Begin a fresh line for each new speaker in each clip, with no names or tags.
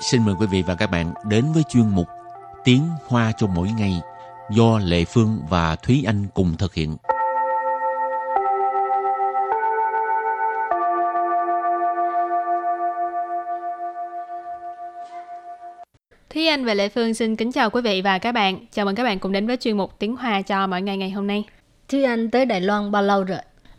xin mời quý vị và các bạn đến với chuyên mục Tiếng Hoa cho mỗi ngày do Lệ Phương và Thúy Anh cùng thực hiện.
Thúy Anh và Lệ Phương xin kính chào quý vị và các bạn. Chào mừng các bạn cùng đến với chuyên mục Tiếng Hoa cho mỗi ngày ngày hôm nay.
Thúy Anh tới Đài Loan bao lâu rồi?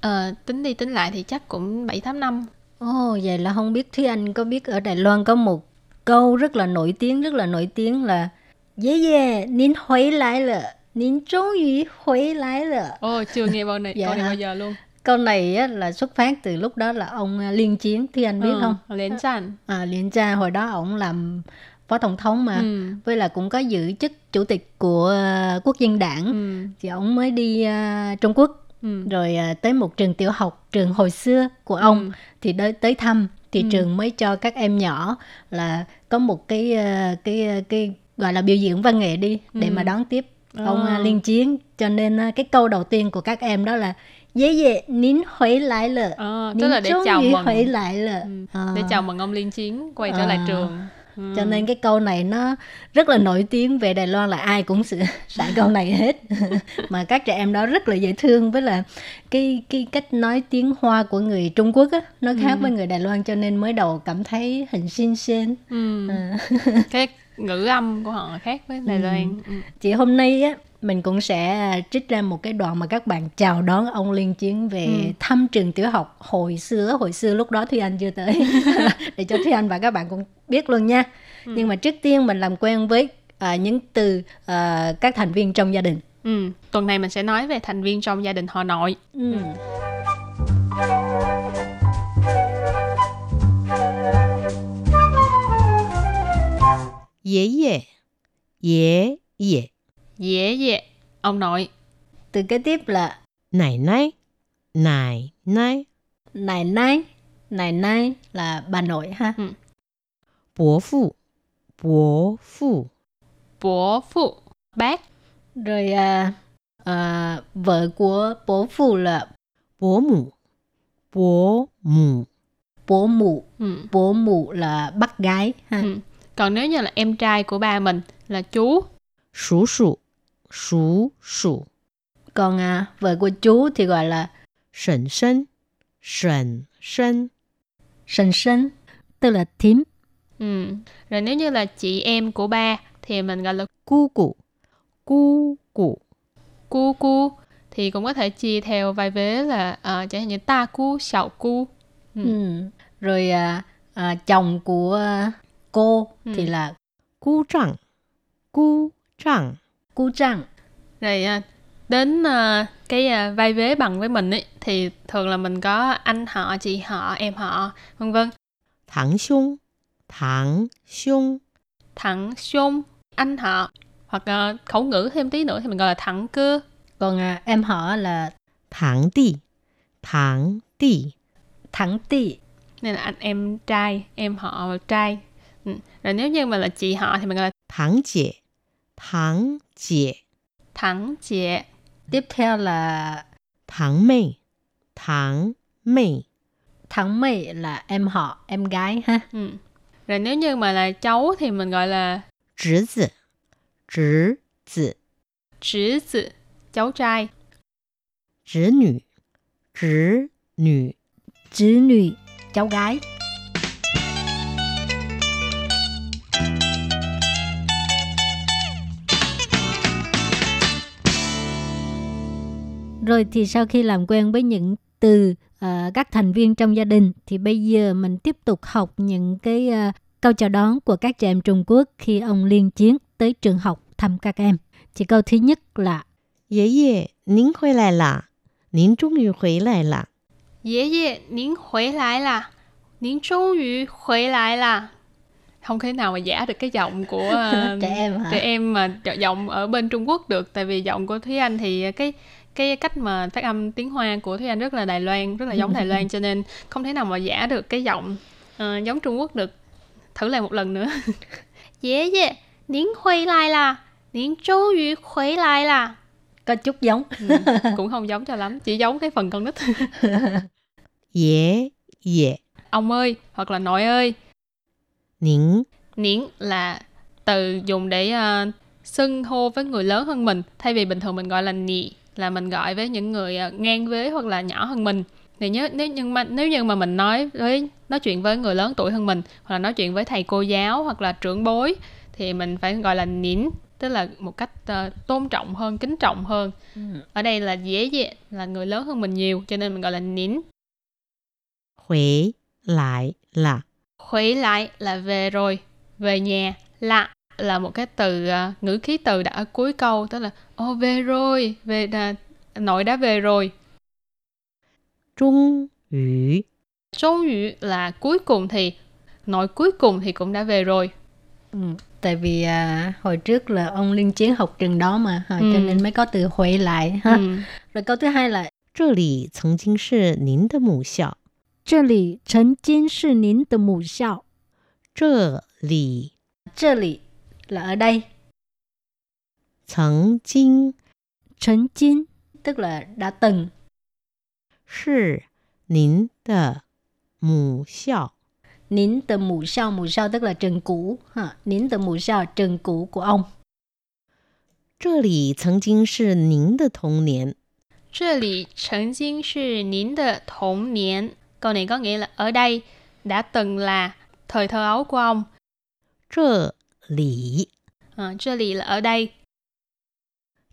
Ờ, tính đi tính lại thì chắc cũng 7-8 năm.
Ồ, oh, vậy là không biết Thúy Anh có biết ở Đài Loan có một câu rất là nổi tiếng, rất là nổi tiếng là Yeah, yeah, nín huế lái lợ, nín trốn ý huế lái lợ.
Ồ, chưa nghe bao này,
Dạ
câu này
hả?
bao giờ luôn.
Câu này á, là xuất phát từ lúc đó là ông à, Liên Chiến, Thúy Anh biết
Ừ,
không?
Lén chanh.
À, Liên Cha hồi đó ổng làm phó tổng thống mà,
Ừ.
với là cũng có giữ chức chủ tịch của à, quốc dân đảng.
Ừ.
Thì ổng mới đi à, Trung Quốc
Ừ.
rồi à, tới một trường tiểu học trường hồi xưa của ông
Ừ.
thì tới tới thăm thì
Ừ.
trường mới cho các em nhỏ là có một cái à, cái à, cái gọi là biểu diễn văn nghệ đi để
Ừ.
mà đón tiếp ông à,
À.
liên chiến cho nên à, cái câu đầu tiên của các em đó là dễ dễ nín huế lại lợ
Ờ, tức
nín
là để
chốn
chào
dĩ
mừng.
huế lại lợ
Ừ.
Ờ,
Để chào mừng ông Liên Chiến quay trở lại
Ờ.
trường. Ừ.
cho nên cái câu này nó rất là nổi tiếng về Đài Loan là ai cũng sử xài câu này hết mà các trẻ em đó rất là dễ thương với là cái cái cách nói tiếng Hoa của người Trung Quốc á nó khác với người Đài Loan cho nên mới đầu cảm thấy hình xinh xinh À.
Ừ. Cái ngữ âm của họ khác với Đài Loan. Ừ.
chị hôm nay á mình cũng sẽ à, trích ra một cái đoạn mà các bạn chào đón ông Liên Chiến về thăm trường tiểu học hồi xưa hồi xưa lúc đó Thúy Anh chưa tới để cho Thúy Anh và các bạn cũng biết luôn nha nhưng mà trước tiên mình làm quen với à, những từ à, các thành viên trong gia đình
Ừ. Tuần này mình sẽ nói về thành viên trong gia đình họ nội.
ừ.
爷爷，爷爷，
Dễ dễ. Ông nội.
từ kế tiếp là
奶奶，奶奶，
奶奶奶奶là bà nội ha
伯父，伯父，
Bố phụ. Bác.
rồi à, à, vợ của bố phụ là
伯母，伯母，
bố mụ
Ừ.
bố mụ là bác gái ha
Ừ. Còn nếu như là em trai của ba mình là chú.
叔叔，叔叔，
còn à, vợ của chú thì gọi là
婶婶，婶婶，
sần sân tức là thím
Ừ. Rồi nếu như là chị em của ba thì mình gọi là
姑姑，姑姑，
cu cu thì cũng có thể chia theo vài vế là ờ, chẳng hạn như ta cu, sậu cu. Ừ.
ừ. rồi à, à, chồng của à, cô thì là
姑丈，姑丈，
cu trăng
Rồi à, đến à, cái à, vai vế bằng với mình ấy thì thường là mình có anh họ, chị họ, em họ, vân vân.
堂兄，堂兄，
Thẳng xung, anh họ hoặc à, khẩu ngữ thêm tí nữa thì mình gọi là thẳng cưa.
còn à, em họ là
堂弟，堂弟，
thẳng tị
Nên là anh em trai, em họ trai. Ừ. Rồi nếu như mà là chị họ thì mình gọi là
堂姐，堂姐。
thẳng chị.
tiếp theo là
堂妹，堂妹，
thẳng mị là em họ em gái ha
Ừ. Rồi nếu như mà là cháu thì mình gọi là
侄子，侄子，
侄子, cháu trai.
侄女，侄女，
chữ nữ cháu gái Rồi thì sau khi làm quen với những từ ờ, các thành viên trong gia đình thì bây giờ mình tiếp tục học những cái ờ, câu chào đón của các trẻ em Trung Quốc khi ông liên chiến tới trường học thăm các em. Chỉ câu thứ nhất là
爷爷，您回来啦！您终于回来啦！
Dễ dễ, nín huế lại là Nín trốn yu huế lại là Không thể nào mà giả được cái giọng của ờ,
trẻ em hả?
trẻ em mà gi- giọng ở bên Trung Quốc được Tại vì giọng của Thúy Anh thì cái cái cách mà phát âm tiếng Hoa của Thúy Anh rất là Đài Loan, rất là giống Đài Loan cho nên không thể nào mà giả được cái giọng ờ, giống Trung Quốc được. Thử lại một lần nữa. Dễ dễ, nín huế lại là Nín trốn yu huế lại là
Có chút giống.
Ừ, cũng không giống cho lắm chỉ giống cái phần con nít
爷爷，
ông ơi hoặc là nội ơi
您
Niễn là từ dùng để ờ, xưng hô với người lớn hơn mình thay vì bình thường mình gọi là nị là mình gọi với những người ờ, ngang vế hoặc là nhỏ hơn mình thì nhớ nếu nhưng mà nếu như mà mình nói với nói chuyện với người lớn tuổi hơn mình hoặc là nói chuyện với thầy cô giáo hoặc là trưởng bối thì mình phải gọi là nín tức là một cách ờ, tôn trọng hơn kính trọng hơn
Ừ.
ở đây là dễ dễ là người lớn hơn mình nhiều cho nên mình gọi là nín
回来啦，
Khuấy lại là về rồi, về nhà. Lạ là một cái từ à, ngữ khí từ đã ở cuối câu tức là ô về rồi, về đã, nội đã về rồi.
终于
Song ngữ là cuối cùng thì nội cuối cùng thì cũng đã về rồi.
Ừ. Tại vì à, hồi trước là ông Liên Chiến học trường đó mà, ha, cho
Ừ.
nên mới có từ huệ lại ha.
Ừ.
Rồi câu thứ hai là
这里曾经是您的母校，
这里曾经是您的母校，
这里
chơ lì là ở đây,
曾经
曾经
tức là đã từng.
是您的母校，
Nín từ mù sao, mù sao tức là trường cũ. Ha. Nín từ mù sao, trường cũ của ông.
这里曾经是您的童年，
这里曾经是您的童年. Câu này có nghĩa là ở đây đã từng là thời thơ ấu của ông.
这里
À, lì là ở đây,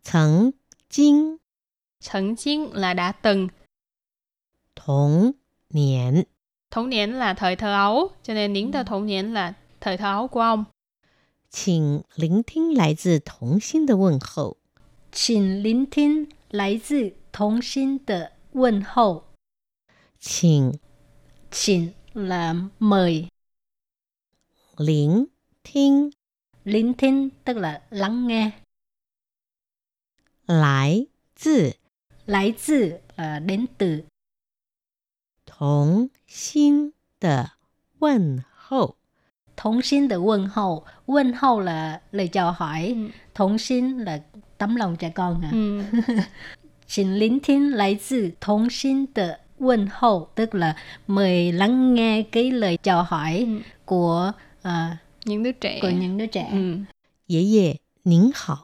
曾经
曾经 là đã từng,
童年
Thổng niên là thời thơ ấu, cho nên nín tờ thổng niên là thời thơ ấu của ông.
请聆听来自童心的问候。
Xin lính thiên lấy từ thống xin tờ quân hậu.
请
Xin là mời.
聆听
Lính thiên tức là lắng nghe.
来自
Lấy từ là à, đến từ.
童心的问候。
Thống xin tờ quân hậu. Quân hậu là lời chào hỏi.
Ừ.
Thống xin là tấm lòng trẻ con hả?
Ừ.
Xin lính thiên lấy từ thống xin tờ quân hậu. Tức là mời lắng nghe cái lời chào hỏi
Ừ.
của à,
Những đứa trẻ.
của những đứa trẻ.
Ừ.
爷爷您好，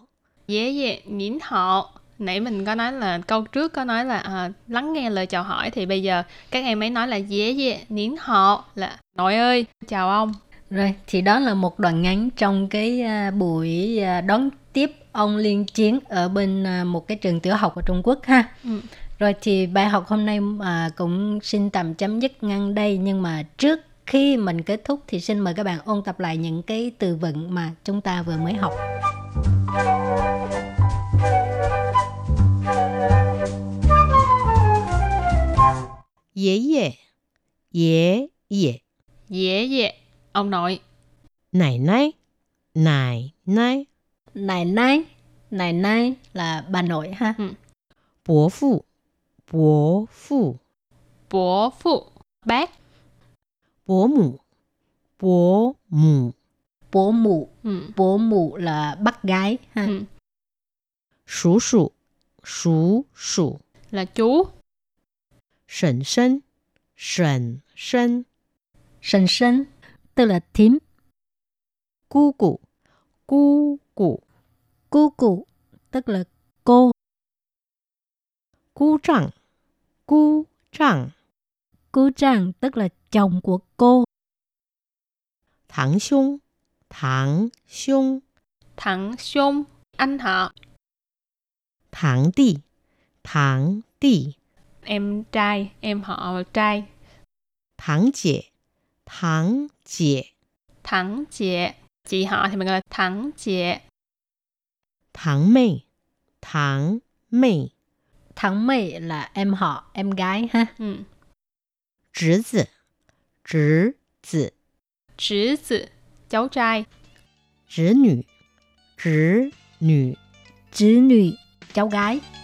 Dễ dễ, nín họ. Nãy mình có nói là câu trước có nói là à, lắng nghe lời chào hỏi thì bây giờ các em ấy nói là dễ dễ, nín họ là nội ơi, chào ông.
Rồi, thì đó là một đoạn ngắn trong cái à, buổi à, đón tiếp ông Liên Chiến ở bên à, một cái trường tiểu học ở Trung Quốc ha.
Ừ.
Rồi thì bài học hôm nay à, cũng xin tạm chấm dứt ngăn đây nhưng mà trước khi mình kết thúc thì xin mời các bạn ôn tập lại những cái từ vựng mà chúng ta vừa mới học.
爷爷，爷爷，
Dễ dễ, ông nội.
奶奶，奶奶，
Nài nái, nài nái là bà nội ha.
伯父，伯父，
Bố phụ, bác.
伯母，伯母，
Bố mụ,
Ừ.
bố mụ là bác gái ha.
Ừ.
叔叔，叔叔，
Là chú.
婶婶，婶婶，
Sần sân,
tức là thím
姑姑，姑姑，
姑姑，tức là cô
姑丈，姑丈，
姑丈，tức là chồng của cô
堂兄，堂兄，
Thằng xung, anh họ,
堂弟，堂弟，
em trai, em họ trai.
堂姐，堂姐。
Thẳng chị, chị họ thì mình gọi là thẳng chị.
堂妹，堂妹，
thằng mày là em họ, em gái ha.
Ừ.
侄子，侄子，
Chữ tử, cháu trai.
侄女，侄女，
侄女
cháu gái